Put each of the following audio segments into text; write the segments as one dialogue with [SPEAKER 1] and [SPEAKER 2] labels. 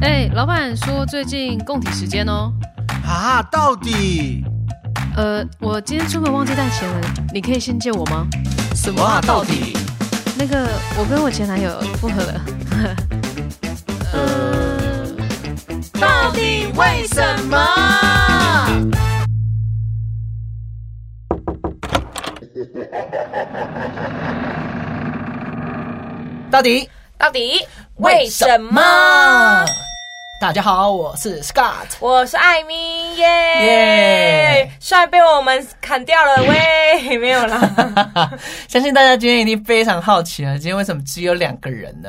[SPEAKER 1] 哎、老板说最近供体时间哦。
[SPEAKER 2] 啊，到底
[SPEAKER 1] 呃，我今天出门忘记带钱了，你可以先借我吗？
[SPEAKER 2] 什么啊？到底？
[SPEAKER 1] 那个，我跟我前男友复合了。 呃，
[SPEAKER 2] 到底为什么？到底
[SPEAKER 3] 到底为什么？？
[SPEAKER 2] 大家好，我是 Scott。
[SPEAKER 3] 我是艾米耶，
[SPEAKER 2] 耶
[SPEAKER 3] 帅被我们砍掉了喂，没 有啦。
[SPEAKER 2] 相信大家今天一定非常好奇了，今天为什么只有两个人呢？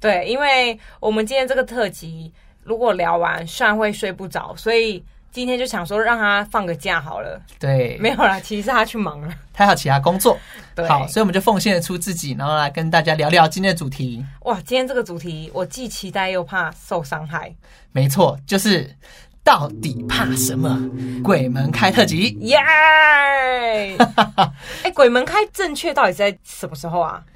[SPEAKER 3] 对，因为我们今天这个特辑，如果聊完帅会睡不着，所以今天就想说让他放个假好了。
[SPEAKER 2] 对，
[SPEAKER 3] 没有啦，其实是他去忙了。
[SPEAKER 2] 他还有其他工作。
[SPEAKER 3] 对
[SPEAKER 2] 好，所以我们就奉献出自己，然后来跟大家聊聊今天的主题。
[SPEAKER 3] 哇，今天这个主题我既期待又怕受伤害。
[SPEAKER 2] 没错，就是到底怕什么？鬼门开特辑。
[SPEAKER 3] 耶！哎、鬼门开正确到底是在什么时候啊？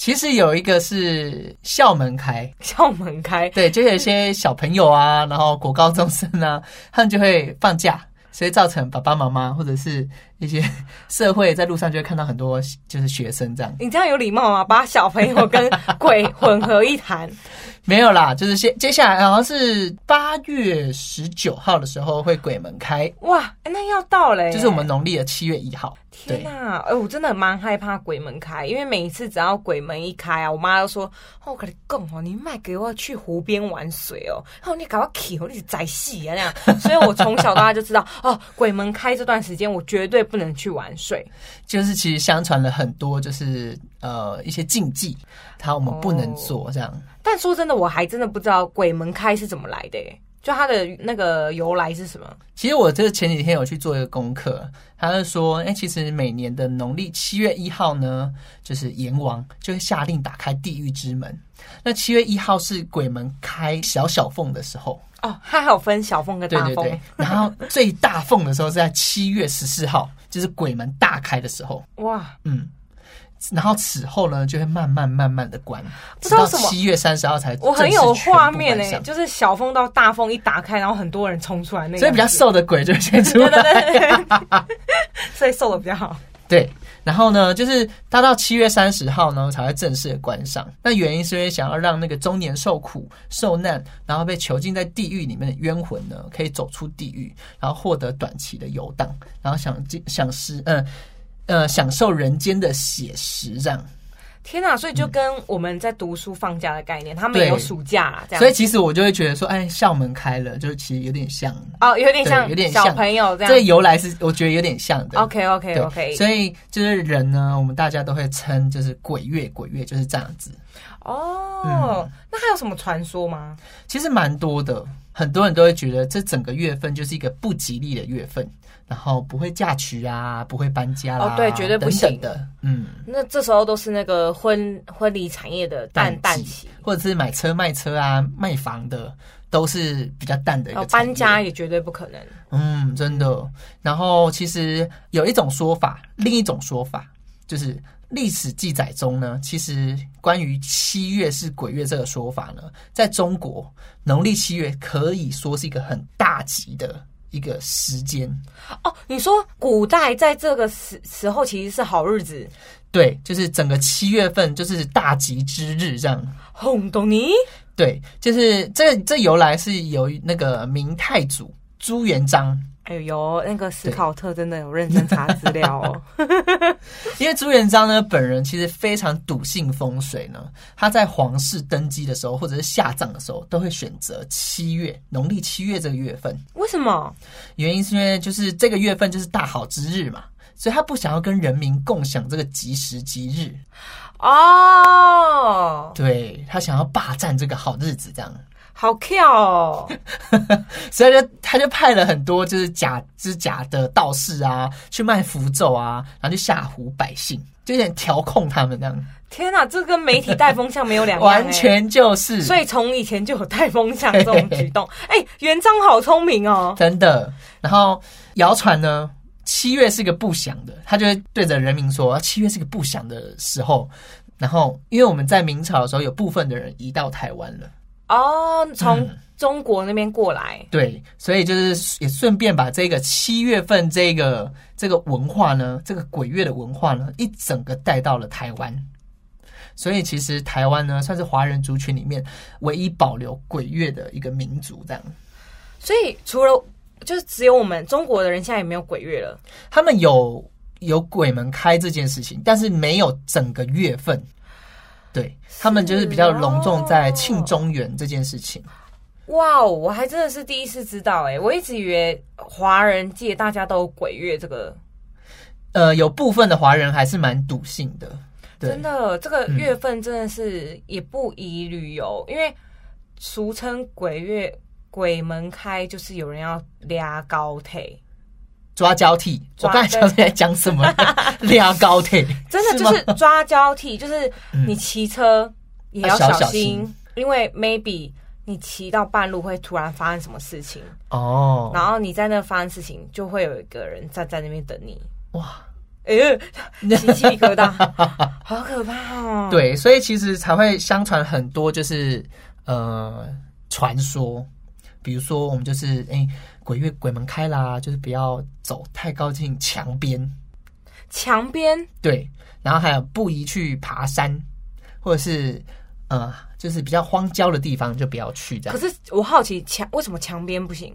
[SPEAKER 2] 其实有一个是校门开，
[SPEAKER 3] 校门开，
[SPEAKER 2] 对，就有一些小朋友啊，然后国高中生啊，他们就会放假，所以造成爸爸妈妈或者是一些社会在路上就会看到很多就是学生这样。
[SPEAKER 3] 你这样有礼貌吗？把小朋友跟鬼混合一谈。
[SPEAKER 2] 没有啦，就是接接下来好像是八月十九号的时候会鬼门开，
[SPEAKER 3] 哇，那要到嘞、
[SPEAKER 2] 就是我们农历的七月一号。
[SPEAKER 3] 天
[SPEAKER 2] 对
[SPEAKER 3] 哪、哎、我真的蛮害怕鬼门开，因为每一次只要鬼门一开啊，我妈都说：“哦，我跟你讲哦，你卖给我去湖边玩水哦，哦，你搞我去哦，你是宅戏啊那样。” 所以，我从小到大就知道，哦，鬼门开这段时间我绝对不能去玩水。
[SPEAKER 2] 就是其实相传了很多，就是呃一些禁忌，它我们不
[SPEAKER 3] 哦
[SPEAKER 2] 能做这样。
[SPEAKER 3] 但说真的，我还真的不知道鬼门开是怎么来的、欸，就它的那个由来是什么？
[SPEAKER 2] 其实我这前几天有去做一个功课，他是说，哎、其实每年的农历七月一号呢，就是阎王就会下令打开地狱之门。那七月一号是鬼门开小小缝的时候，
[SPEAKER 3] 哦，它还有分小缝跟
[SPEAKER 2] 对
[SPEAKER 3] 大
[SPEAKER 2] 对
[SPEAKER 3] 缝。
[SPEAKER 2] 对。然后最大缝的时候是在七月十四号，就是鬼门大开的时候，
[SPEAKER 3] 哇，
[SPEAKER 2] 嗯。然后此后呢，就会慢慢慢慢的关，
[SPEAKER 3] 不
[SPEAKER 2] 直
[SPEAKER 3] 知道
[SPEAKER 2] 到
[SPEAKER 3] 什么
[SPEAKER 2] 七月三十号才
[SPEAKER 3] 我很有
[SPEAKER 2] 正式全部
[SPEAKER 3] 画面
[SPEAKER 2] 关
[SPEAKER 3] 呢、
[SPEAKER 2] 上
[SPEAKER 3] 就是小缝到大缝一打开，然后很多人冲出来那个样子，
[SPEAKER 2] 所以比较瘦的鬼就会先出来。
[SPEAKER 3] 对对 对对对，所以瘦的比较好。
[SPEAKER 2] 对，然后呢，就是它到七月三十号呢才会正式的关上。那原因是因为想要让那个中年受苦、受难，然后被囚禁在地狱里面的冤魂呢，可以走出地狱，然后获得短期的游荡，然后享尽享食，嗯呃享受人间的写实这样。
[SPEAKER 3] 天呐、所以就跟我们在读书放假的概念，他们
[SPEAKER 2] 对
[SPEAKER 3] 也有暑假啦，这样。
[SPEAKER 2] 所以其实我就会觉得说，哎，校门开了，就其实有点像，
[SPEAKER 3] 哦，有点像
[SPEAKER 2] 对有点像
[SPEAKER 3] 小朋友这
[SPEAKER 2] 这个
[SPEAKER 3] 样。
[SPEAKER 2] 由来是我觉得有点像的。
[SPEAKER 3] OK OK
[SPEAKER 2] 对
[SPEAKER 3] OK，
[SPEAKER 2] 所以就是人呢，我们大家都会称就是鬼月，鬼月就是这样子。
[SPEAKER 3] 哦，
[SPEAKER 2] 嗯
[SPEAKER 3] 那还有什么传说吗？
[SPEAKER 2] 其实蛮多的，很多人都会觉得这整个月份就是一个不吉利的月份，然后不会嫁娶啊，不会搬家啦，
[SPEAKER 3] 哦对绝对不行
[SPEAKER 2] 等等的，嗯，
[SPEAKER 3] 那这时候都是那个婚婚礼产业的淡淡
[SPEAKER 2] 淡
[SPEAKER 3] 期，
[SPEAKER 2] 或者是买车卖车啊，卖房的都是比较淡的一
[SPEAKER 3] 然
[SPEAKER 2] 个
[SPEAKER 3] 后哦搬家
[SPEAKER 2] 产业，
[SPEAKER 3] 也绝对不可能。
[SPEAKER 2] 嗯，真的。然后其实有一种说法，另一种说法就是。历史记载中呢，其实关于七月是鬼月这个说法呢，在中国农历七月可以说是一个很大吉的一个时间，
[SPEAKER 3] 哦，你说古代在这个时时候其实是好日子，
[SPEAKER 2] 对，就是整个七月份就是大吉之日这样。
[SPEAKER 3] 轰动你
[SPEAKER 2] 对，就是这这由来是由于那个明太祖朱元璋，
[SPEAKER 3] 哎呦，那个史考特真的有认真查资料 哦。
[SPEAKER 2] 因为朱元璋呢本人其实非常笃信风水呢，他在皇室登基的时候或者是下葬的时候都会选择七月农历七月这个月份，
[SPEAKER 3] 为什么？
[SPEAKER 2] 原因是因为就是这个月份就是大好之日嘛，所以他不想要跟人民共享这个吉时吉日，
[SPEAKER 3] 哦，
[SPEAKER 2] 对他想要霸占这个好日子这样。
[SPEAKER 3] 好跳哦！
[SPEAKER 2] 所以就他就派了很多就是假就是假的道士啊，去卖符咒啊，然后去吓唬百姓，就有点调控他们这样，
[SPEAKER 3] 天哪，这跟媒体带风向没有 两样、欸，
[SPEAKER 2] 完。全就是。
[SPEAKER 3] 所以从以前就有带风向这种举 动。哎、元璋好聪明哦！
[SPEAKER 2] 真的，然后谣传呢，七月是个不祥的，他就会对着人民说，七月是个不祥的时候。然后，因为我们在明朝的时候，有部分的人移到台湾了，嗯
[SPEAKER 3] 哦，从中国那边过来，
[SPEAKER 2] 对，所以就是也顺便把这个七月份这个这个文化呢，这个鬼月的文化呢，一整个带到了台湾。所以其实台湾呢，算是华人族群里面唯一保留鬼月的一个民族。这样，
[SPEAKER 3] 所以除了就是只有我们中国的人现在也没有鬼月了。
[SPEAKER 2] 他们有有鬼门开这件事情，但是没有整个月份。对他们就是比较隆重在庆中元这件事情。
[SPEAKER 3] 哇哦，我还真的是第一次知道哎、我一直以为华人界大家都有鬼月这个，
[SPEAKER 2] 呃，有部分的华人还是蛮笃信的。对
[SPEAKER 3] 真，的这个月份真的是也不宜旅游，因为俗称鬼月鬼门开，就是有人要拉高腿，
[SPEAKER 2] 抓交替。我
[SPEAKER 3] 抓
[SPEAKER 2] 刚才想起来讲什么？ 俩高铁，
[SPEAKER 3] 真的就是
[SPEAKER 2] 吗
[SPEAKER 3] 是抓交 替，就是你骑车也要
[SPEAKER 2] 要啊小
[SPEAKER 3] 小
[SPEAKER 2] 小心
[SPEAKER 3] 心，因为 maybe 你骑到半路会突然发生什么事情，
[SPEAKER 2] 哦，
[SPEAKER 3] 然后你在那发生事情，就会有一个人站在那边等你。
[SPEAKER 2] 哇，
[SPEAKER 3] 哎、起鸡皮疙 瘩，好可怕哦！，
[SPEAKER 2] 对，所以其实才会相传很多，就是呃传说，比如说我们就是哎、鬼月鬼门开啦，就是不要走太靠近墙边，
[SPEAKER 3] 墙边
[SPEAKER 2] 对，然后还有不宜去爬山，或者是呃就是比较荒郊的地方就不要去这
[SPEAKER 3] 可
[SPEAKER 2] 样，
[SPEAKER 3] 是我好奇墙为什么墙边不行？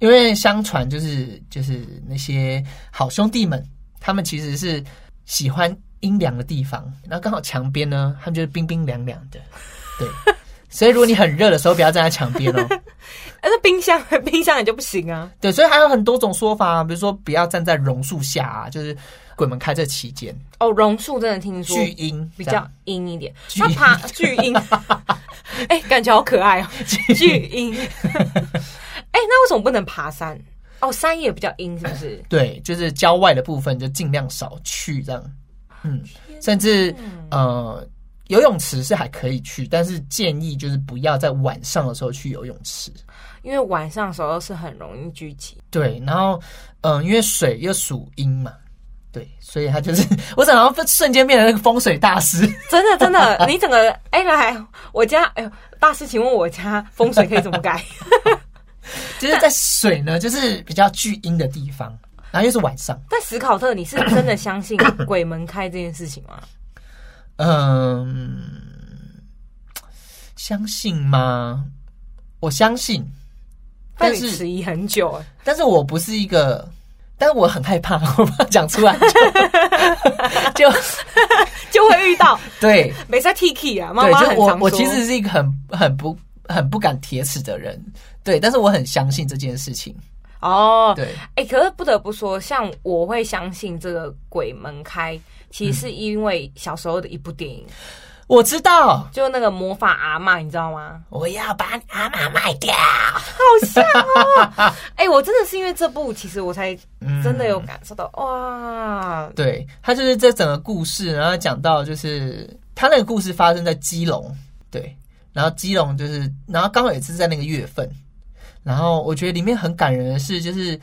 [SPEAKER 2] 因为相传就是就是那些好兄弟们，他们其实是喜欢阴凉的地方，然后刚好墙边呢，他们就是冰冰凉凉的， 对。所以如果你很热的时候，不要站在墙边哦。
[SPEAKER 3] 哎、那冰箱 冰箱也就不行啊。
[SPEAKER 2] 对，所以还有很多种说法、啊，比如说不要站在榕树下、啊，就是鬼门开这期间
[SPEAKER 3] 哦，榕树真的听说
[SPEAKER 2] 巨阴
[SPEAKER 3] 比
[SPEAKER 2] 这
[SPEAKER 3] 较
[SPEAKER 2] 样
[SPEAKER 3] 阴一点，
[SPEAKER 2] 巨
[SPEAKER 3] 那
[SPEAKER 2] 阴
[SPEAKER 3] 爬 巨阴，哎、感觉好可爱哦， 巨阴。 哎、那为什么不能爬山？哦，山也比较阴，是不是？
[SPEAKER 2] 对，就是郊外的部分就尽量少去这样。嗯，甚至
[SPEAKER 3] 嗯
[SPEAKER 2] 呃游泳池是还可以去，但是建议就是不要在晚上的时候去游泳池。
[SPEAKER 3] 因为晚上的时候是很容易聚集。
[SPEAKER 2] 对，然后嗯、呃因为水又属阴嘛，对，所以它就是我怎么瞬间变成那个风水大师？
[SPEAKER 3] 真的真 的，你整个哎、来，我家哎呦，大师，请问我家风水可以怎么 改？
[SPEAKER 2] 就是在水呢，就是比较巨阴的地方，然后又是晚上。
[SPEAKER 3] 但史考特，你是真的相信鬼门开这件事情吗？
[SPEAKER 2] 嗯，相信吗？我相信，
[SPEAKER 3] 但
[SPEAKER 2] 但
[SPEAKER 3] 你
[SPEAKER 2] 是
[SPEAKER 3] 迟疑很久、哎
[SPEAKER 2] 但是我不是一个，但我很害怕， 我怕讲出来就就
[SPEAKER 3] 就会遇到
[SPEAKER 2] 对
[SPEAKER 3] 没在 Tiki 啊，妈
[SPEAKER 2] 对，
[SPEAKER 3] 妈
[SPEAKER 2] 就
[SPEAKER 3] 很
[SPEAKER 2] 我
[SPEAKER 3] 常
[SPEAKER 2] 我
[SPEAKER 3] 说
[SPEAKER 2] 其实是一个很很不很不敢铁齿的人，对，但是我很相信这件事情，
[SPEAKER 3] 哦，
[SPEAKER 2] 对，
[SPEAKER 3] 哎、可是不得不说，像我会相信这个鬼门开，其实是因为小时候的一部电影，
[SPEAKER 2] 嗯我知道
[SPEAKER 3] 就那个魔法阿嬷，你知道吗？
[SPEAKER 2] 我要把你阿妈卖掉，
[SPEAKER 3] 好像哦，哎、我真的是因为这部，其实我才
[SPEAKER 2] 嗯
[SPEAKER 3] 真的有感受到、哇，
[SPEAKER 2] 对他就是这整个故事，然后讲到就是他那个故事发生在基隆，对，然后基隆就是，然后刚好也是在那个月份，然后我觉得里面很感人的是，就是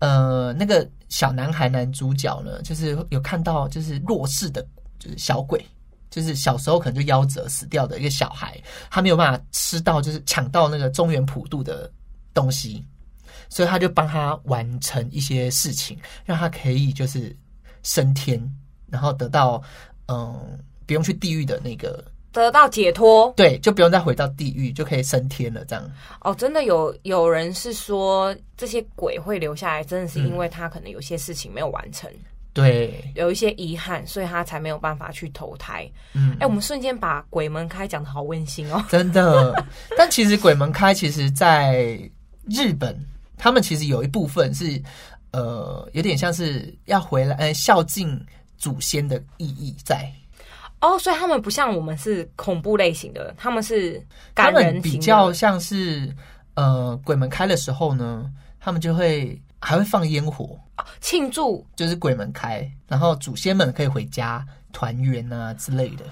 [SPEAKER 2] 呃那个小男孩男主角呢，就是有看到就是弱势的，就是小鬼。就是小时候可能就夭折死掉的一个小孩，他没有办法吃到，就是抢到那个中原普渡的东西，所以他就帮他完成一些事情，让他可以就是升天，然后得到嗯不用去地狱的那个，
[SPEAKER 3] 得到解脱。
[SPEAKER 2] 对，就不用再回到地狱，就可以升天了。这样，
[SPEAKER 3] 哦，真的有有人是说这些鬼会留下来，真的是因为他可能有些事情没有完成，
[SPEAKER 2] 对，
[SPEAKER 3] 有一些遗憾，所以他才没有办法去投胎。
[SPEAKER 2] 嗯
[SPEAKER 3] 哎、，我们瞬间把鬼门开讲的好温馨哦。
[SPEAKER 2] 真的。 但其实鬼门开，其实在日本，他们其实有一部分是呃，有点像是要回来，呃，孝敬祖先的意义在。
[SPEAKER 3] 哦，所以他们不像我们是恐怖类型的，他们是
[SPEAKER 2] 他
[SPEAKER 3] 感
[SPEAKER 2] 们
[SPEAKER 3] 人
[SPEAKER 2] 比
[SPEAKER 3] 型
[SPEAKER 2] 较
[SPEAKER 3] 的。
[SPEAKER 2] 像是呃，鬼门开的时候呢，他们就会还会放烟火。
[SPEAKER 3] 哦庆祝
[SPEAKER 2] 就是鬼门开，然后祖先们可以回家团圆啊之类的。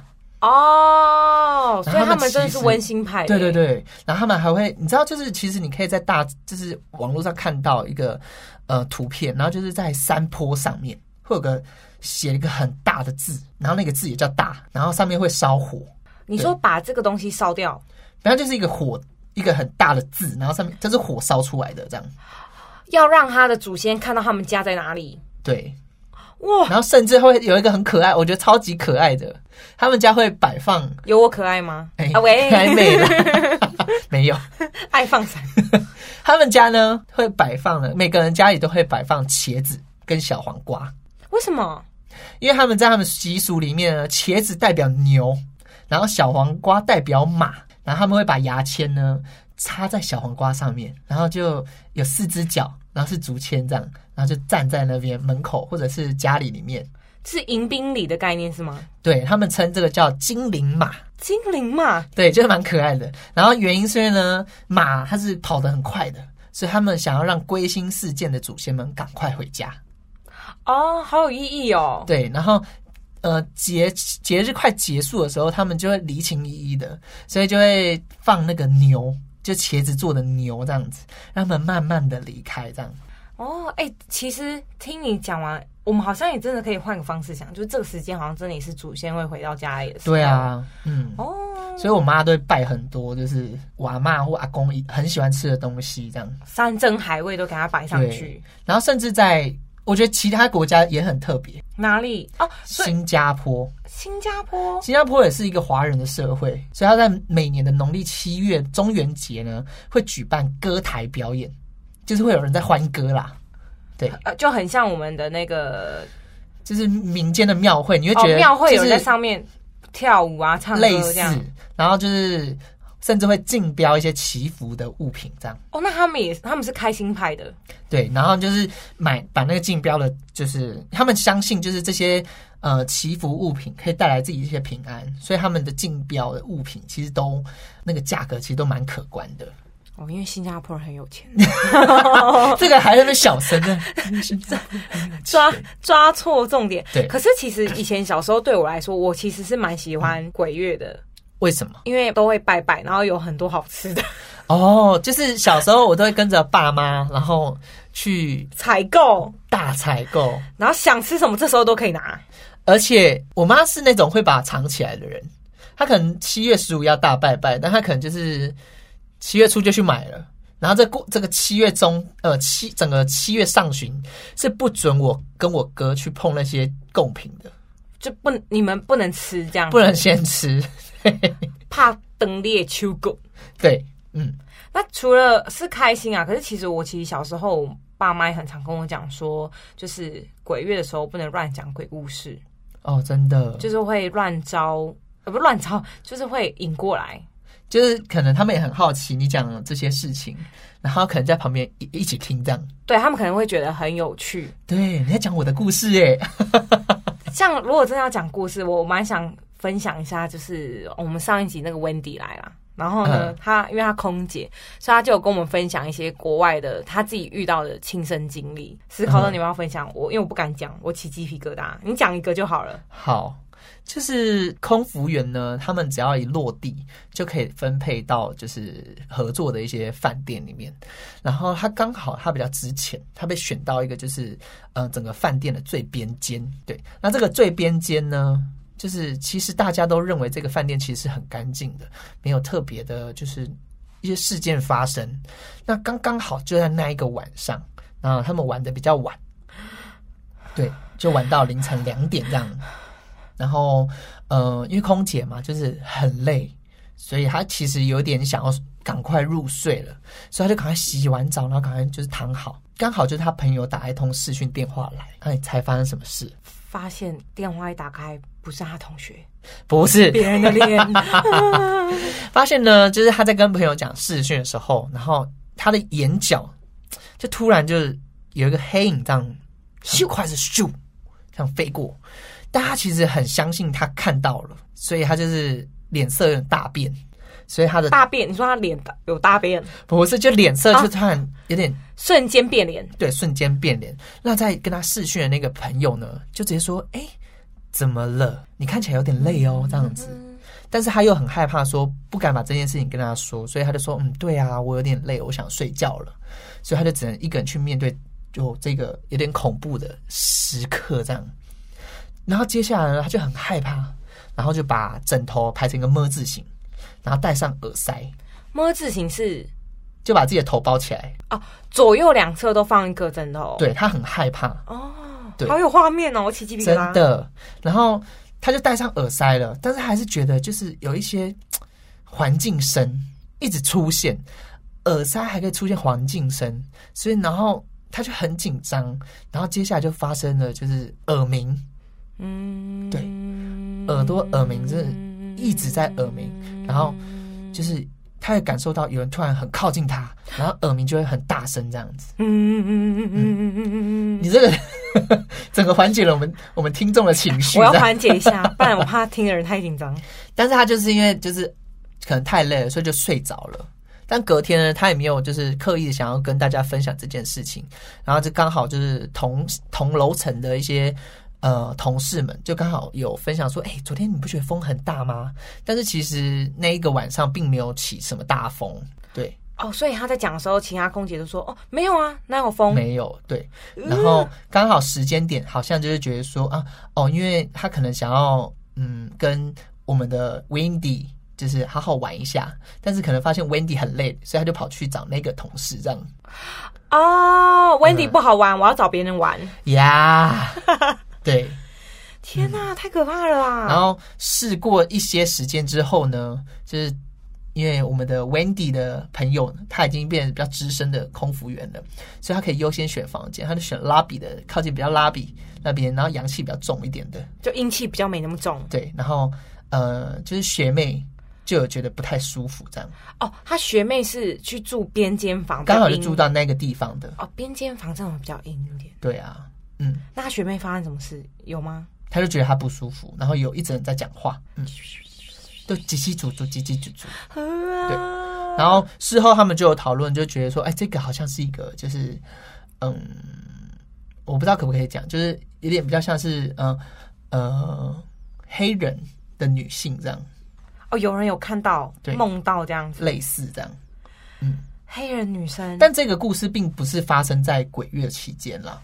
[SPEAKER 3] 哦，所
[SPEAKER 2] 然后
[SPEAKER 3] 以他
[SPEAKER 2] 他
[SPEAKER 3] 们
[SPEAKER 2] 们
[SPEAKER 3] 真的
[SPEAKER 2] 其
[SPEAKER 3] 是
[SPEAKER 2] 实
[SPEAKER 3] 温馨派
[SPEAKER 2] 对
[SPEAKER 3] 的。
[SPEAKER 2] 对，对，然后他们还会，你知道，就是其实你可以在大，就是网络上看到一个呃图片，然后就是在山坡上面会有个写一个很大的字，然后那个字也叫大，然后上面会烧火，
[SPEAKER 3] 你说把这个东西烧掉，
[SPEAKER 2] 然后就是一个火，一个很大的字，然后上面这是火烧出来的这样。
[SPEAKER 3] 要让他的祖先看到他们家在哪里。
[SPEAKER 2] 对，
[SPEAKER 3] 哇，
[SPEAKER 2] 然后甚至会有一个很可爱，我觉得超级可爱的，他们家会摆放。
[SPEAKER 3] 有我可爱吗？
[SPEAKER 2] 哎、
[SPEAKER 3] 啊喂，
[SPEAKER 2] 太美了，没有。
[SPEAKER 3] 爱放闪，
[SPEAKER 2] 他们家呢会摆放了，每个人家里都会摆放茄子跟小黄瓜，
[SPEAKER 3] 为什么？
[SPEAKER 2] 因为他们在他们习俗里面呢，茄子代表牛，然后小黄瓜代表马，然后他们会把牙签呢插在小黄瓜上面，然后就有四只脚，然后是竹签这样，然后就站在那边门口或者是家里里面，
[SPEAKER 3] 是迎宾礼的概念是吗？
[SPEAKER 2] 对他们称这个叫精灵马。
[SPEAKER 3] 精灵嘛，
[SPEAKER 2] 对，就是蛮可爱的。然后原因是因为呢，马它是跑得很快的，所以他们想要让归心似箭的祖先们赶快回家。
[SPEAKER 3] 哦，好有意义哦。
[SPEAKER 2] 对，然后呃节节日快结束的时候，他们就会离情依依的，所以就会放那个牛，就茄子做的牛这样子，让他们慢慢的离开这样。
[SPEAKER 3] 哦，哎、其实听你讲完，我们好像也真的可以换个方式想，就是这个时间好像真的也是祖先会回到家里的时候。
[SPEAKER 2] 对，啊，嗯，
[SPEAKER 3] 哦，
[SPEAKER 2] 所以我妈都会拜很多，就是我阿妈或阿公很喜欢吃的东西这样。
[SPEAKER 3] 山珍海味都给它摆上去。
[SPEAKER 2] 然后甚至在我觉得其他国家也很特别，
[SPEAKER 3] 哪里？哦，所以
[SPEAKER 2] 新加坡。
[SPEAKER 3] 新加坡
[SPEAKER 2] 新加坡也是一个华人的社会，所以他在每年的农历七月中元节呢，会举办歌台表演，就是会有人在欢歌啦。对，
[SPEAKER 3] 呃就很像我们的那个
[SPEAKER 2] 就是民间的庙会，你会
[SPEAKER 3] 哦
[SPEAKER 2] 觉得
[SPEAKER 3] 庙会有人在
[SPEAKER 2] 就是
[SPEAKER 3] 上面跳舞啊、唱歌
[SPEAKER 2] 类
[SPEAKER 3] 这样
[SPEAKER 2] 似。，然后就是甚至会竞标一些祈福的物品这样。
[SPEAKER 3] 哦，那他们也他们是开心派的，
[SPEAKER 2] 对，然后就是买把那个竞标的，就是他们相信就是这些呃祈福物品可以带来自己一些平安，所以他们的竞标的物品其实都那个价格其实都蛮可观的。
[SPEAKER 3] 哦，因为新加坡人很有钱，
[SPEAKER 2] 这个还在那边小声呢，
[SPEAKER 3] 抓抓错重点。
[SPEAKER 2] 对
[SPEAKER 3] 可是其实以前小时候对我来说，我其实是蛮喜欢鬼月的，
[SPEAKER 2] 为什么？
[SPEAKER 3] 因为都会拜拜，然后有很多好吃的
[SPEAKER 2] 哦，就是小时候我都会跟着爸妈，然后去
[SPEAKER 3] 采购，
[SPEAKER 2] 大采购，
[SPEAKER 3] 然后想吃什么这时候都可以拿。
[SPEAKER 2] 而且我妈是那种会把它藏起来的人，她可能七月十五要大拜拜，但她可能就是七月初就去买了。然后这过这个七月中，呃，七整个七月上旬是不准我跟我哥去碰那些贡品的，
[SPEAKER 3] 就不你们不能吃这样，
[SPEAKER 2] 不能先吃。
[SPEAKER 3] 怕登列秋狗。
[SPEAKER 2] 对，嗯，
[SPEAKER 3] 那除了是开心啊，可是其实我其实小时候，我爸妈也很常跟我讲说，就是鬼月的时候不能乱讲鬼故事，
[SPEAKER 2] 哦，真的，
[SPEAKER 3] 就是会乱招，呃，不乱招， 就是会引过来。
[SPEAKER 2] 就是可能他们也很好奇你讲这些事情，然后可能在旁边一一起听这样。
[SPEAKER 3] 对他们可能会觉得很有趣。
[SPEAKER 2] 对，你在讲我的故事哎，
[SPEAKER 3] 像如果真的要讲故事，我蛮想分享一下，就是我们上一集那个 Wendy 来啦。然后呢
[SPEAKER 2] 嗯，
[SPEAKER 3] 她因为她空姐，所以她就有跟我们分享一些国外的她自己遇到的亲身经历。思考到
[SPEAKER 2] 嗯
[SPEAKER 3] 你们要分享我，因为我不敢讲，我起鸡皮疙瘩。你讲一个就好了。
[SPEAKER 2] 好，就是空服员呢，他们只要一落地就可以分配到就是合作的一些饭店里面。然后他刚好他比较值钱，他被选到一个就是呃整个饭店的最边间。对，那这个最边间呢？就是其实大家都认为这个饭店其实是很干净的，没有特别的，就是一些事件发生。那刚刚好就在那一个晚上，啊，他们玩的比较晚，对，就玩到凌晨两点这样。然后，呃，因为空姐嘛，就是很累，所以她其实有点想要赶快入睡了，所以她就赶快洗完澡，然后赶快就是躺好。刚好就是她朋友打一通视讯电话来，那你猜发生什么事？
[SPEAKER 3] 发现电话一打开，不是她同学，
[SPEAKER 2] 不是，
[SPEAKER 3] 别人的脸。
[SPEAKER 2] 发现呢，就是他在跟朋友讲视讯的时候，然后他的眼角就突然就是有一个黑影这样咻，快是咻这样飞过，但他其实很相信他看到了，所以他就是脸色有点大变，所以他的
[SPEAKER 3] 大便，你说她脸有大便，
[SPEAKER 2] 不是就脸色就突然有点、
[SPEAKER 3] 瞬间变脸。
[SPEAKER 2] 对瞬间变脸。那在跟他视讯的那个朋友呢，就直接说：“哎、怎么了？你看起来有点累哦，这样子。”但是他又很害怕说，不敢把这件事情跟他说，所以他就说：“嗯，对啊，我有点累，我想睡觉了。”所以他就只能一个人去面对，就这个有点恐怖的时刻这样。然后接下来呢，他就很害怕，然后就把枕头排成一个么字形，然后戴上耳塞，
[SPEAKER 3] 么字形是
[SPEAKER 2] 就把自己的头包起来。
[SPEAKER 3] 左右两侧都放一个枕头，，
[SPEAKER 2] 对他很害怕，
[SPEAKER 3] 哦
[SPEAKER 2] 对，
[SPEAKER 3] 好有画面哦，我起鸡皮疙
[SPEAKER 2] 真
[SPEAKER 3] 瘩，
[SPEAKER 2] 的。然后他就戴上耳塞了，但是还是觉得就是有一些嘖环境声一直出现，耳塞还可以出现环境声，所以然后他就很紧张。然后接下来就发生了就是耳鸣，
[SPEAKER 3] 嗯，
[SPEAKER 2] 对，耳朵耳鸣真的一直在耳鸣，然后就是他也感受到有人突然很靠近他，然后耳鸣就会很大声这样子。
[SPEAKER 3] 嗯嗯嗯嗯嗯嗯嗯嗯
[SPEAKER 2] 你这个 整个缓解了我们我们听众的情绪，
[SPEAKER 3] 我要
[SPEAKER 2] 这样
[SPEAKER 3] 缓解一下，不然我怕听的人太 紧张。
[SPEAKER 2] 但是他就是因为就是可能太累了，所以就睡着了。但隔天呢，他也没有就是刻意地想要跟大家分享这件事情，然后就刚好就是同同楼层的一些呃同事们，就刚好有分享说，哎、昨天你不觉得风很大吗？但是其实那一个晚上并没有起什么大风，对，
[SPEAKER 3] 哦，所以他在讲的时候，其他空姐都说：“哦，没有啊，哪有风？
[SPEAKER 2] 没有对。然后刚好时间点好像就是觉得说啊，哦，因为他可能想要嗯跟我们的 Wendy 就是好好玩一下，但是可能发现 Wendy 很累，所以他就跑去找那个同事这样
[SPEAKER 3] 哦，Wendy
[SPEAKER 2] 嗯
[SPEAKER 3] 不好玩，我要找别人玩。
[SPEAKER 2] 呀。对，”
[SPEAKER 3] 天哪、太可怕了
[SPEAKER 2] 然
[SPEAKER 3] 啦！
[SPEAKER 2] 后试过一些时间之后呢，就是因为我们的 Wendy 的朋友，他已经变得比较资深的空服员了，所以他可以优先选房间，他就选 lobby 的，靠近比较 lobby 那边，然后阳气比较重一点的。
[SPEAKER 3] 就阴气比较没那么重
[SPEAKER 2] 对，然后呃，就是学妹就有觉得不太舒服，这样
[SPEAKER 3] 哦。他学妹是去住边间房，
[SPEAKER 2] 刚好
[SPEAKER 3] 比
[SPEAKER 2] 就
[SPEAKER 3] 较阴
[SPEAKER 2] 住到那个地方的，
[SPEAKER 3] 哦边间房，这种比较阴一点。
[SPEAKER 2] 对啊，嗯，
[SPEAKER 3] 那他学妹发生什么事有吗？
[SPEAKER 2] 她就觉得她不舒服，然后有一直人在讲话，嗯，都叽叽足足，叽叽足足，
[SPEAKER 3] 对，
[SPEAKER 2] 然后事后他们就有讨论，就觉得说，哎，这个好像是一个就是嗯，我不知道可不可以讲，就是有点比较像是嗯呃黑人的女性这样，
[SPEAKER 3] 哦，有人有看到
[SPEAKER 2] 对
[SPEAKER 3] 梦到这样子，
[SPEAKER 2] 类似这样。
[SPEAKER 3] 黑人女生，
[SPEAKER 2] 但这个故事并不是发生在鬼月期间啦，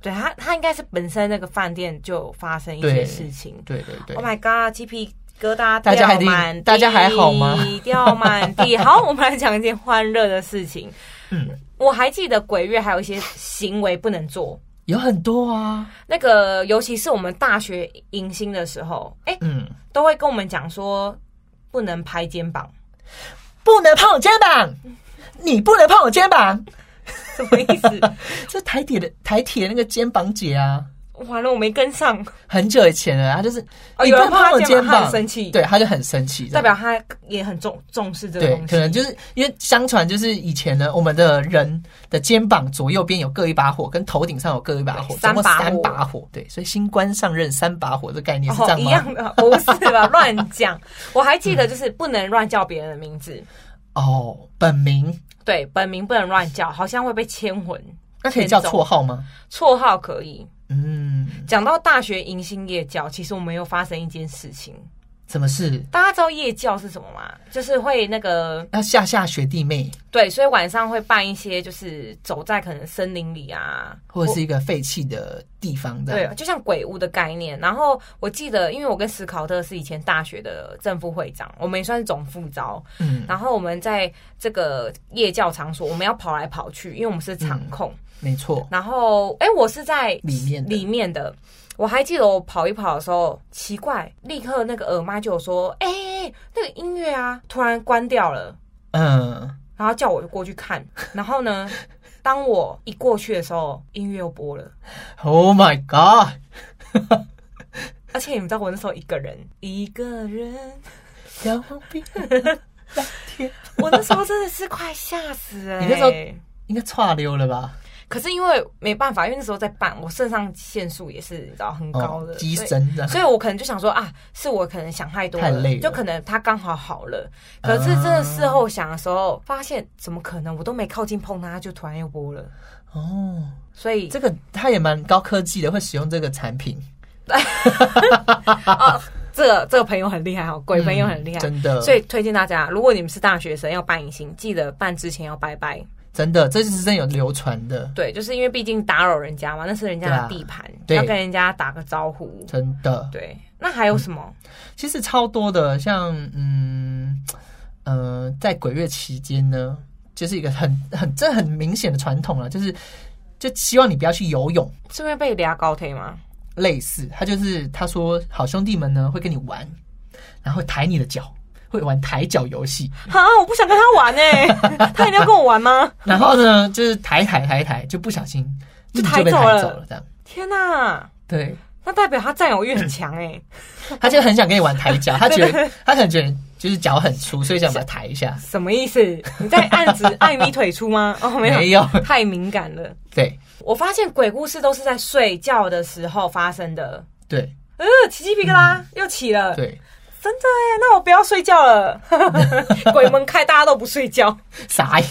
[SPEAKER 3] 对他，他应该是本身那个饭店就发生一
[SPEAKER 2] 对
[SPEAKER 3] 些事情。
[SPEAKER 2] 对对对。
[SPEAKER 3] Oh my god！鸡皮疙瘩
[SPEAKER 2] 大家还
[SPEAKER 3] 掉
[SPEAKER 2] 挺
[SPEAKER 3] 满地，
[SPEAKER 2] 大家还好吗？
[SPEAKER 3] 掉满 地。好，我们来讲一件欢乐的事情。
[SPEAKER 2] 嗯，
[SPEAKER 3] 我还记得鬼月还有一些行为不能做，
[SPEAKER 2] 有很多啊，
[SPEAKER 3] 那个尤其是我们大学迎新的时候，哎、
[SPEAKER 2] 嗯，
[SPEAKER 3] 都会跟我们讲说不能拍肩膀，
[SPEAKER 2] 不能碰我肩膀，你不能碰我肩膀，
[SPEAKER 3] 什么意思？
[SPEAKER 2] 这台铁的台铁那个肩膀姐啊，
[SPEAKER 3] 完了，我没跟上。
[SPEAKER 2] 很久以前了，她就是
[SPEAKER 3] 哦，
[SPEAKER 2] 你
[SPEAKER 3] 有
[SPEAKER 2] 不能
[SPEAKER 3] 人
[SPEAKER 2] 碰
[SPEAKER 3] 碰他
[SPEAKER 2] 我
[SPEAKER 3] 肩膀，他
[SPEAKER 2] 膀，
[SPEAKER 3] 很生气，
[SPEAKER 2] 对，，她就很生气，
[SPEAKER 3] 代表他也很重重视这个
[SPEAKER 2] 对
[SPEAKER 3] 东，西，
[SPEAKER 2] 可能就是因为相传就是以前呢，我们的人的肩膀左右边有各一把火，跟头顶上有各一把火，
[SPEAKER 3] 对
[SPEAKER 2] 总共
[SPEAKER 3] 三把火
[SPEAKER 2] 三把火，对，所以新官上任三把火这概念是这
[SPEAKER 3] 哦，
[SPEAKER 2] 样
[SPEAKER 3] 一
[SPEAKER 2] 吗？
[SPEAKER 3] 样 的，不是吧？乱讲，我还记得就是不能乱叫别人的名字，
[SPEAKER 2] 哦，本名
[SPEAKER 3] 对，本名不能乱叫，好像会被牵魂。
[SPEAKER 2] 那可以叫绰号吗？
[SPEAKER 3] 绰号可以。
[SPEAKER 2] 嗯，
[SPEAKER 3] 讲到大学迎新夜教，其实我们又发生一件事情，
[SPEAKER 2] 什么事？
[SPEAKER 3] 大家知道夜教是什么吗？就是会那个
[SPEAKER 2] 要吓吓学弟妹，
[SPEAKER 3] 对，所以晚上会办一些，就是走在可能森林里啊，
[SPEAKER 2] 或者是一个废弃的地方这
[SPEAKER 3] 对啊
[SPEAKER 2] 样。，
[SPEAKER 3] 就像鬼屋的概念。然后我记得，因为我跟史考特是以前大学的正副会长，我们也算是总副招。
[SPEAKER 2] 嗯，
[SPEAKER 3] 然后我们在这个夜教场所，我们要跑来跑去，因为我们是场控。
[SPEAKER 2] 没错，
[SPEAKER 3] 然后，哎，我是在
[SPEAKER 2] 里面的
[SPEAKER 3] 里面的。我还记得我跑一跑的时候，奇怪，立刻那个耳麦就有说：“哎、那个音乐啊，突然关掉了。
[SPEAKER 2] 嗯，”
[SPEAKER 3] 然后叫我过去看。 然后呢，当我一过去的时候，音乐又播了。
[SPEAKER 2] Oh my god！
[SPEAKER 3] 而且你们知道我那时候一个人，一个人，
[SPEAKER 2] 然后 变天，
[SPEAKER 3] 我那时候真的是快吓死 了、
[SPEAKER 2] 你那时候
[SPEAKER 3] 哎
[SPEAKER 2] 应该岔溜了吧？
[SPEAKER 3] 可是因为没办法，因为那时候在办，我肾上腺素也是你知道很高的，
[SPEAKER 2] 哦机
[SPEAKER 3] 所以
[SPEAKER 2] 身的，
[SPEAKER 3] 所以我可能就想说啊，是我可能想太多了，啊
[SPEAKER 2] 太累了
[SPEAKER 3] 就可能他刚好好了。可是真的事后想的时候，发现怎么可能？我都没靠近碰它，它就突然又播了。
[SPEAKER 2] 哦，
[SPEAKER 3] 所以
[SPEAKER 2] 这个它也蛮高科技的，会使用这个产品，
[SPEAKER 3] 这个这个朋友很厉害哦，鬼朋友很厉害。
[SPEAKER 2] 嗯真的。
[SPEAKER 3] 所以推荐大家，如果你们是大学生要办迎新，记得办之前要拜拜。
[SPEAKER 2] 真的，这是真的有流传的，
[SPEAKER 3] 对，就是因为毕竟打扰人家嘛，那是人家的地盘，
[SPEAKER 2] 对啊对
[SPEAKER 3] 要跟人家打个招呼。
[SPEAKER 2] 真的。
[SPEAKER 3] 对，那还有什么？
[SPEAKER 2] 其实超多的，像嗯呃，在鬼月期间呢，就是一个很很这很明显的传统了，就是就希望你不要去游泳，
[SPEAKER 3] 是因为被俩高腿吗？
[SPEAKER 2] 类似他就是他说好兄弟们呢会跟你玩，然后会抬你的脚，会玩抬脚游戏，
[SPEAKER 3] 啊，我不想跟他玩 哎、他一定要跟我玩吗？
[SPEAKER 2] 然后呢就是抬抬抬抬，就不小心
[SPEAKER 3] 就
[SPEAKER 2] 你
[SPEAKER 3] 抬
[SPEAKER 2] 被
[SPEAKER 3] 走
[SPEAKER 2] 抬
[SPEAKER 3] 了
[SPEAKER 2] 走了这样。
[SPEAKER 3] 天哪、
[SPEAKER 2] 对，
[SPEAKER 3] 那代表他占有欲很强哎、
[SPEAKER 2] 他就很想跟你玩抬 脚，他觉得他可能觉得就是脚很粗，所以想把它抬一下。
[SPEAKER 3] 什么意思？你在暗指艾米腿粗 吗？哦，没有，
[SPEAKER 2] 没有，
[SPEAKER 3] 太敏感了。
[SPEAKER 2] 对
[SPEAKER 3] 我发现鬼故事都是在睡觉的时候发生的。
[SPEAKER 2] 对
[SPEAKER 3] 呃，起鸡皮疙瘩、又起了，
[SPEAKER 2] 对，
[SPEAKER 3] 真的哎，那我不要睡觉了。 鬼门开，大家都不睡觉。
[SPEAKER 2] 傻 眼。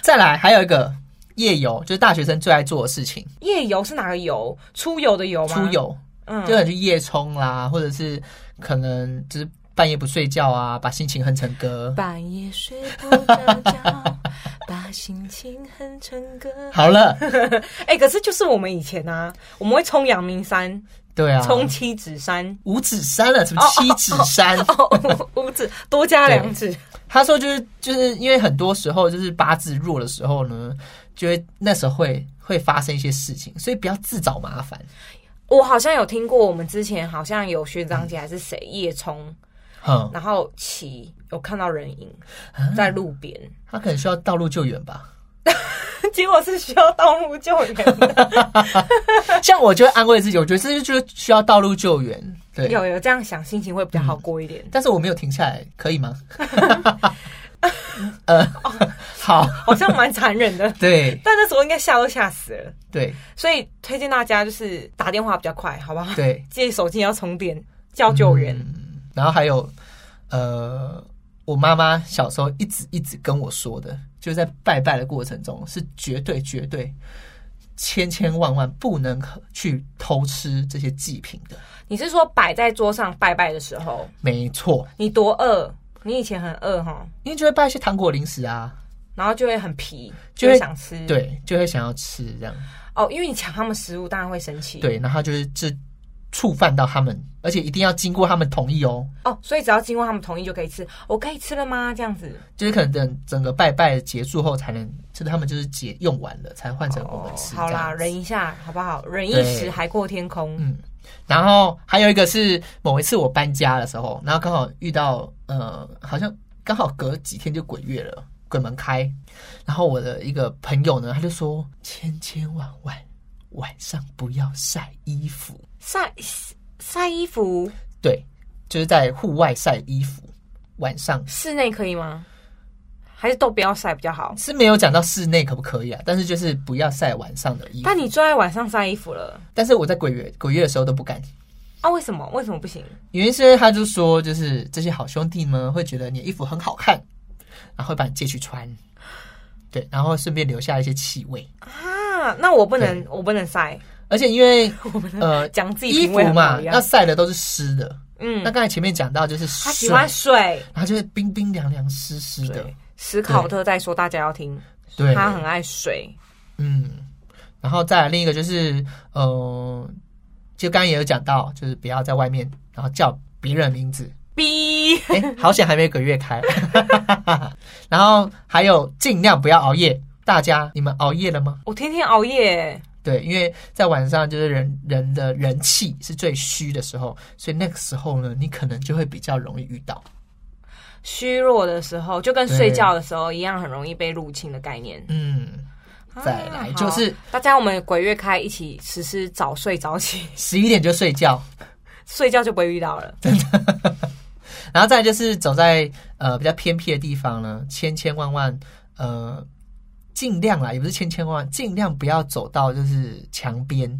[SPEAKER 2] 再来还有一个夜游，就是大学生最爱做的事情，
[SPEAKER 3] 夜游是哪个游？出游的游吗？
[SPEAKER 2] 出，游。
[SPEAKER 3] 嗯，
[SPEAKER 2] 就很去夜冲啦，或者是可能就是半夜不睡觉啊，把心情哼成歌。
[SPEAKER 4] 半夜睡不着 觉，把心情哼成歌。
[SPEAKER 2] 好了，
[SPEAKER 3] 哎、可是就是我们以前啊，我们会冲阳明山，
[SPEAKER 2] 对啊，
[SPEAKER 3] 冲哦七指山，
[SPEAKER 2] 五指山啊，什么七指山？
[SPEAKER 3] 哦，五指多加两指，
[SPEAKER 2] 他说就是就是因为很多时候就是八字弱的时候呢，就会那时候会会发生一些事情，所以不要自找麻烦。
[SPEAKER 3] 我好像有听过，我们之前好像有学长姐还是谁夜冲，
[SPEAKER 2] 哼，
[SPEAKER 3] 然后骑有看到人影
[SPEAKER 2] 啊
[SPEAKER 3] 在路边，
[SPEAKER 2] 他可能需要道路救援吧。
[SPEAKER 3] 结果是需要道路救援的。
[SPEAKER 2] 像我就会安慰自己，我觉得这就是需要道路救援。对，嗯
[SPEAKER 3] 有有这样想，心情会比较好过一点。
[SPEAKER 2] 但是我没有停下来，可以 吗？ 呃， 好，
[SPEAKER 3] 好像蛮残忍 的，
[SPEAKER 2] 对
[SPEAKER 3] 但那时候应该吓都吓死了。
[SPEAKER 2] 对
[SPEAKER 3] 所以推荐大家就是打电话比较快，好不 好？
[SPEAKER 2] 对，
[SPEAKER 3] 借手机要充电，叫救援。
[SPEAKER 2] 嗯然后还有，呃，我妈妈小时候一直一直跟我说的，就是在拜拜的过程中是绝对绝对。千千万万不能去偷吃这些祭品的，
[SPEAKER 3] 你是说摆在桌上拜拜的时候，
[SPEAKER 2] 没错，
[SPEAKER 3] 你多饿？你以前很饿哈，
[SPEAKER 2] 因为就会拜一些糖果零食啊，
[SPEAKER 3] 然后就会很皮，
[SPEAKER 2] 就
[SPEAKER 3] 就
[SPEAKER 2] 会
[SPEAKER 3] 会想吃。
[SPEAKER 2] 对，就会想要吃这样，
[SPEAKER 3] 哦，因为你抢他们食物，当然会生气。
[SPEAKER 2] 对，然后就是这触犯到他们，而且一定要经过他们同意哦，
[SPEAKER 3] 哦，所以只要经过他们同意就可以吃。我可以吃了吗？这样子
[SPEAKER 2] 就是可能等整个拜拜结束后才能，就是他们就是解用完了才换成我们吃、这
[SPEAKER 3] 哦好啦，
[SPEAKER 2] 样子
[SPEAKER 3] 忍一下好不好？忍一
[SPEAKER 2] 对
[SPEAKER 3] 时海阔天空。
[SPEAKER 2] 嗯然后还有一个是某一次我搬家的时候，然后刚好遇到呃，好像刚好隔几天就鬼月了，鬼门开。然后我的一个朋友呢，他就说千千万万晚上不要晒衣服，
[SPEAKER 3] 晒晒衣服，
[SPEAKER 2] 对，就是在户外晒衣服，晚上
[SPEAKER 3] 室内可以吗？还是都不要晒比较好？
[SPEAKER 2] 是没有讲到室内可不可以啊，但是就是不要晒晚上的衣服。
[SPEAKER 3] 但你最爱晚上晒衣服了
[SPEAKER 2] 但是我在鬼月鬼月的时候都不敢。
[SPEAKER 3] 啊？为什么？为什么不行？
[SPEAKER 2] 原因是因为他就说，就是这些好兄弟们会觉得你的衣服很好看，然后会把你借去穿，对，然后顺便留下一些气味。
[SPEAKER 3] 啊，那我不能，我不能晒，
[SPEAKER 2] 而且因为
[SPEAKER 3] 我不能
[SPEAKER 2] 呃，
[SPEAKER 3] 讲自己
[SPEAKER 2] 衣
[SPEAKER 3] 品
[SPEAKER 2] 服
[SPEAKER 3] 味很
[SPEAKER 2] 嘛，
[SPEAKER 3] 不一
[SPEAKER 2] 要
[SPEAKER 3] 样。
[SPEAKER 2] 晒的都是湿的。
[SPEAKER 3] 嗯
[SPEAKER 2] 那，刚才前面讲到就是
[SPEAKER 3] 他
[SPEAKER 2] 水
[SPEAKER 3] 喜，欢水，
[SPEAKER 2] 然后就是冰冰凉凉、湿湿的
[SPEAKER 3] 对，史考特在说，大家要听，
[SPEAKER 2] 对，
[SPEAKER 3] 他很爱水。
[SPEAKER 2] 嗯。然后再来另一个就是，呃，就刚刚也有讲到，就是不要在外面然后叫别人的名字，
[SPEAKER 3] B，
[SPEAKER 2] 哎、好险还没鬼月开。 然后还有尽量不要熬夜，大家你们熬夜了吗？
[SPEAKER 3] 我天天熬夜，
[SPEAKER 2] 对，因为在晚上就是人人的人气是最虚的时候，所以那个时候呢，你可能就会比较容易遇到。
[SPEAKER 3] 虚弱的时候，就跟
[SPEAKER 2] 对
[SPEAKER 3] 睡觉的时候一样，很容易被入侵的概念。
[SPEAKER 2] 嗯，再
[SPEAKER 3] 啊
[SPEAKER 2] 来
[SPEAKER 3] 好
[SPEAKER 2] 就是
[SPEAKER 3] 大家，我们鬼月开一起实施早睡早起，
[SPEAKER 2] 十一点就睡觉，
[SPEAKER 3] 睡觉就不会遇到了。
[SPEAKER 2] 然后再来就是走在呃比较偏僻的地方呢，千千万万呃尽量啦，也不是千千万万，尽量不要走到就是墙边，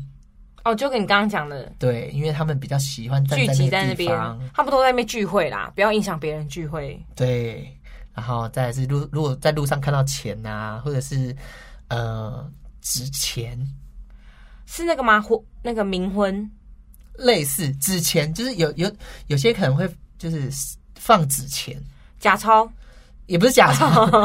[SPEAKER 3] 哦，就跟你刚刚讲的，
[SPEAKER 2] 对，因为他们比较喜欢站
[SPEAKER 3] 聚集
[SPEAKER 2] 在
[SPEAKER 3] 在那
[SPEAKER 2] 那个地
[SPEAKER 3] 边
[SPEAKER 2] 方。，
[SPEAKER 3] 他们都在那边聚会啦，不要影响别人聚会。
[SPEAKER 2] 对，然后再来是路，如果在路上看到钱呐、或者是呃纸钱，
[SPEAKER 3] 是那个吗？婚那个冥婚
[SPEAKER 2] 类似纸钱，就是有有有些可能会就是放纸钱，
[SPEAKER 3] 假钞
[SPEAKER 2] 也不是假
[SPEAKER 3] 哦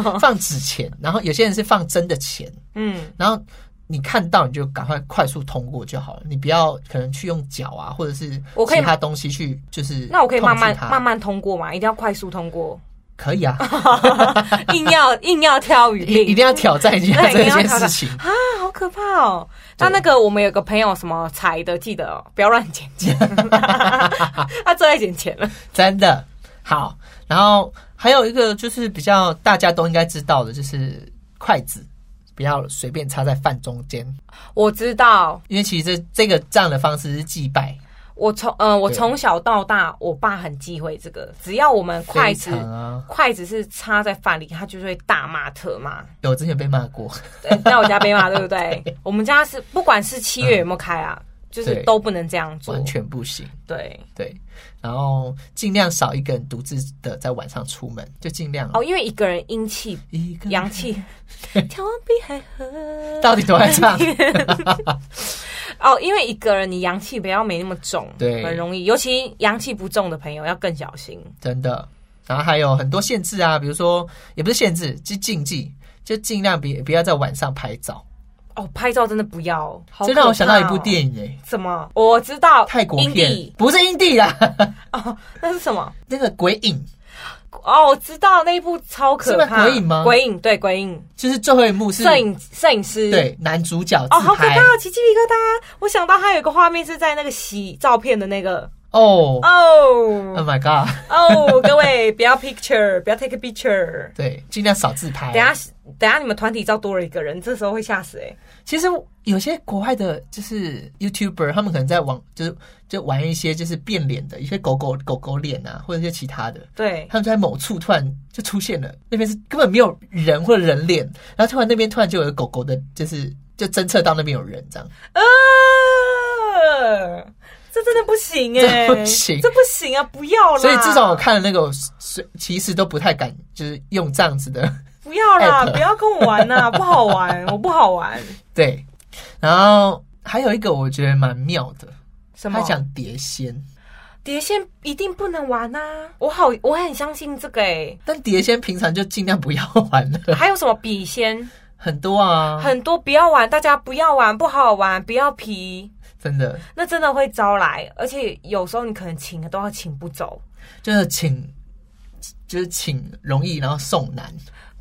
[SPEAKER 2] 钞， 放纸钱，然后有些人是放真的钱，
[SPEAKER 3] 嗯，
[SPEAKER 2] 然后你看到你就赶快快速通过就好了，你不要可能去用脚啊，或者是
[SPEAKER 3] 我可以
[SPEAKER 2] 其他东西去就是
[SPEAKER 3] 那我可以慢慢
[SPEAKER 2] 碰触它
[SPEAKER 3] 慢慢通过嘛，一定要快速通过，
[SPEAKER 2] 可以啊，
[SPEAKER 3] 硬要 硬要挑语
[SPEAKER 2] 一
[SPEAKER 3] 令，
[SPEAKER 2] 一定要挑战一下
[SPEAKER 3] 对
[SPEAKER 2] 这
[SPEAKER 3] 一定要
[SPEAKER 2] 件
[SPEAKER 3] 挑
[SPEAKER 2] 事
[SPEAKER 3] 战
[SPEAKER 2] 情。
[SPEAKER 3] 啊，好可怕哦！那那个我们有个朋友什么踩的，记得、哦、不要乱捡 钱，他最爱捡钱了。
[SPEAKER 2] 真的好。然后还有一个就是比较大家都应该知道的，就是筷子不要随便插在饭中间，
[SPEAKER 3] 我知道，
[SPEAKER 2] 因为其实这这个这样的方式是祭拜，
[SPEAKER 3] 我从呃我
[SPEAKER 2] 对
[SPEAKER 3] 从小到大，我爸很忌讳这个，只要我们筷子
[SPEAKER 2] 非常啊，
[SPEAKER 3] 筷子是插在饭里，他就会大骂特骂。
[SPEAKER 2] 有之前被骂过，
[SPEAKER 3] 对，在我家被 骂，对不对？我们家是不管是七月有没有开啊，就是
[SPEAKER 2] 嗯对
[SPEAKER 3] 都不能这样做
[SPEAKER 2] 完。全不行。
[SPEAKER 3] 对，
[SPEAKER 2] 对，然后尽量少一个人独自的在晚上出门，就尽量
[SPEAKER 3] 哦，因为一个人阴气
[SPEAKER 2] 一个人
[SPEAKER 3] 阳气
[SPEAKER 4] 眺望碧海河。
[SPEAKER 2] 到底多爱唱？
[SPEAKER 3] 哦，因为一个人你阳气不要没那么重，
[SPEAKER 2] 对
[SPEAKER 3] 很容易，尤其阳气不重的朋友要更小心。
[SPEAKER 2] 真的。然后还有很多限制啊，比如说也不是限制，就禁忌，就尽量别不要在晚上拍照。
[SPEAKER 3] 哦，拍照真的不要，好哦
[SPEAKER 2] 这让我想到一部
[SPEAKER 3] 影，
[SPEAKER 2] 电影诶、欸
[SPEAKER 3] 什么？我知道，
[SPEAKER 2] 泰国片
[SPEAKER 3] Indie，
[SPEAKER 2] 不是印地啦，
[SPEAKER 3] 那是什么？
[SPEAKER 2] 那个鬼影
[SPEAKER 3] 哦，我知道那一部超可
[SPEAKER 2] 是吗
[SPEAKER 3] 怕，
[SPEAKER 2] 鬼影吗
[SPEAKER 3] 鬼影对鬼影，
[SPEAKER 2] 就是最后一幕是
[SPEAKER 3] 摄影摄影师
[SPEAKER 2] 对男主角
[SPEAKER 3] 哦，好
[SPEAKER 2] 自
[SPEAKER 3] 可怕
[SPEAKER 2] 拍
[SPEAKER 3] 哦！起鸡皮疙瘩。我想到还有一个画面是在那个洗照片的那个
[SPEAKER 2] 哦，Oh
[SPEAKER 3] 哦
[SPEAKER 2] my god，
[SPEAKER 3] 哦，各位不要 picture，不要 take a picture。
[SPEAKER 2] 对，尽量少自拍。
[SPEAKER 3] 等下等下你们团体照多了一个人，这时候会吓死哎、
[SPEAKER 2] 其实有些国外的就是 YouTuber，他们可能在网就是就玩一些就是变脸的一些狗狗狗狗脸啊，或者一些其他的，
[SPEAKER 3] 对，
[SPEAKER 2] 他们就在某处突然就出现了，那边是根本没有人或者人脸，然后突然那边突然就有狗狗的，就是就侦测到那边有人这样。
[SPEAKER 3] 呃，这真的不行哎、
[SPEAKER 2] 这不行
[SPEAKER 3] 这不行啊！不要啦！
[SPEAKER 2] 所以至少我看了那个，我是其实都不太敢，就是用这样子的。
[SPEAKER 3] 不要啦，
[SPEAKER 2] app
[SPEAKER 3] 不要跟我玩 呐、不好玩，我不好玩。
[SPEAKER 2] 对，然后还有一个我觉得蛮妙的，
[SPEAKER 3] 什么
[SPEAKER 2] 他？讲碟仙，
[SPEAKER 3] 碟仙一定不能玩呐、我好，我很相信这个哎、
[SPEAKER 2] 但碟仙平常就尽量不要玩了，
[SPEAKER 3] 还有什么笔仙？
[SPEAKER 2] 很多啊，
[SPEAKER 3] 很多不要玩，大家不要玩，不好玩，不要皮，
[SPEAKER 2] 真的
[SPEAKER 3] 那真的会招来，而且有时候你可能请都要请不走。
[SPEAKER 2] 就是请，就是请容易，然后送难，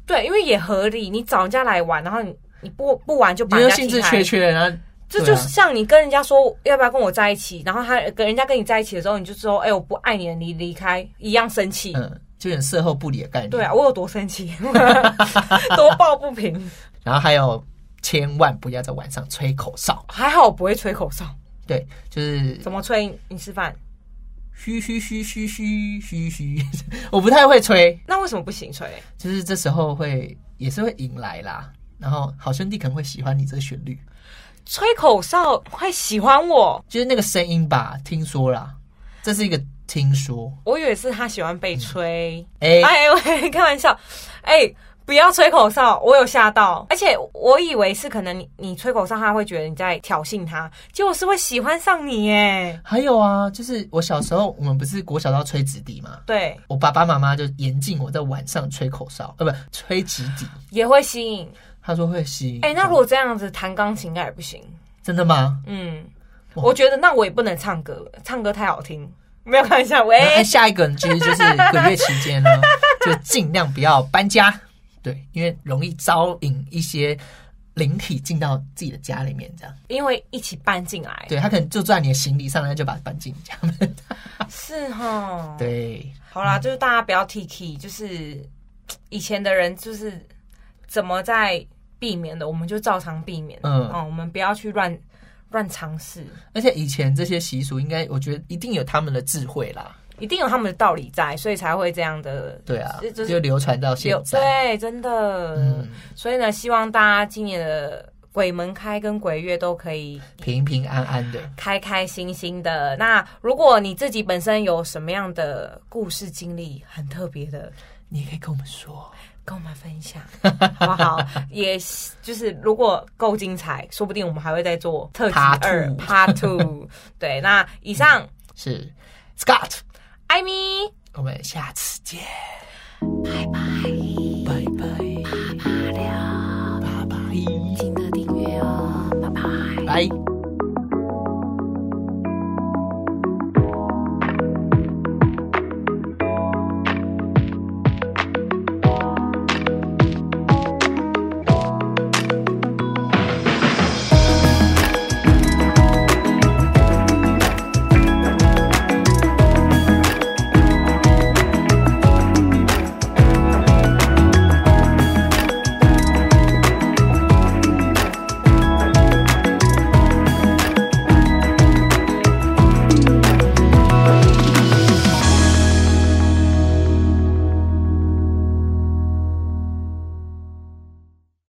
[SPEAKER 3] 对，因为也合理，你找人家来玩，然后你你不不玩就把
[SPEAKER 2] 你
[SPEAKER 3] 人
[SPEAKER 2] 就
[SPEAKER 3] 家
[SPEAKER 2] 兴
[SPEAKER 3] 踢
[SPEAKER 2] 致
[SPEAKER 3] 开
[SPEAKER 2] 缺缺，然后
[SPEAKER 3] 这
[SPEAKER 2] 对
[SPEAKER 3] 就
[SPEAKER 2] 啊
[SPEAKER 3] 是像你跟人家说要不要跟我在一起，然后他跟人家跟你在一起的时候，你就说哎、我不爱你了，你离开，一样生气。
[SPEAKER 2] 嗯，就有点事后不理的概念。
[SPEAKER 3] 对啊，，我有多生气， 多抱不平。
[SPEAKER 2] 然后还有千万不要在晚上吹口哨，
[SPEAKER 3] 还好我不会吹口哨，
[SPEAKER 2] 对，就是
[SPEAKER 3] 怎么吹？你示范。
[SPEAKER 2] 嘘嘘嘘嘘嘘嘘嘘，我不太会吹，
[SPEAKER 3] 那为什么不行吹？
[SPEAKER 2] 就是这时候会也是会迎来啦。然后好兄弟可能会喜欢你这个旋律，
[SPEAKER 3] 吹口哨会喜欢我，
[SPEAKER 2] 就是那个声音吧，听说啦，这是一个听说。
[SPEAKER 3] 我以为是他喜欢被吹。
[SPEAKER 2] 哎、
[SPEAKER 3] 哎，我开玩笑，哎，不要吹口哨，我有吓到，而且我以为是可能你你吹口哨，他会觉得你在挑衅他，结果是会喜欢上你耶。
[SPEAKER 2] 还有啊，就是我小时候，我们不是国小都要吹纸笛嘛，
[SPEAKER 3] 对，
[SPEAKER 2] 我爸爸妈妈就严禁我在晚上吹口哨，呃，不，吹纸笛。
[SPEAKER 3] 也会吸引。
[SPEAKER 2] 他说会吸引。
[SPEAKER 3] 哎，那如果这样子弹钢琴应该也不行。
[SPEAKER 2] 真的吗？
[SPEAKER 3] 嗯，
[SPEAKER 2] 哇
[SPEAKER 3] 我觉得那我也不能唱歌，唱歌太好听。没有开玩笑，喂
[SPEAKER 2] 哎、，下一个其实就是鬼月期间呢，就尽量不要搬家，对，因为容易招引一些灵体进到自己的家里面，这样。
[SPEAKER 3] 因为一起搬进来，
[SPEAKER 2] 对他可能就坐在你的行李上，然后就把它搬进家门。啊
[SPEAKER 3] 是 哈。
[SPEAKER 2] 对，
[SPEAKER 3] 好啦，就是大家不要 T K，就是嘖以前的人就是怎么在避免的，我们就照常避免。
[SPEAKER 2] 嗯
[SPEAKER 3] 嗯，哦，我们不要去乱乱尝试，
[SPEAKER 2] 而且以前这些习俗，应该我觉得一定有他们的智慧啦。
[SPEAKER 3] 一定有他们的道理在，所以才会这样的。
[SPEAKER 2] 对啊，
[SPEAKER 3] 就
[SPEAKER 2] 就是流传到现
[SPEAKER 3] 有
[SPEAKER 2] 在。
[SPEAKER 3] 对，真的。
[SPEAKER 2] 嗯，
[SPEAKER 3] 所以呢，希望大家今年的鬼门开跟鬼月都可以
[SPEAKER 2] 平平安安的。
[SPEAKER 3] 开开心心的。那如果你自己本身有什么样的故事经历很特别的，
[SPEAKER 2] 你也可以跟我们说，
[SPEAKER 3] 跟我们分享， 好不好？也就是如果够精彩，说不定我们还会再做特辑
[SPEAKER 2] Part
[SPEAKER 3] 二
[SPEAKER 2] two
[SPEAKER 3] Part Two。对，嗯那以上，
[SPEAKER 2] 是 Scott，
[SPEAKER 3] 艾米，
[SPEAKER 2] 我们下次见，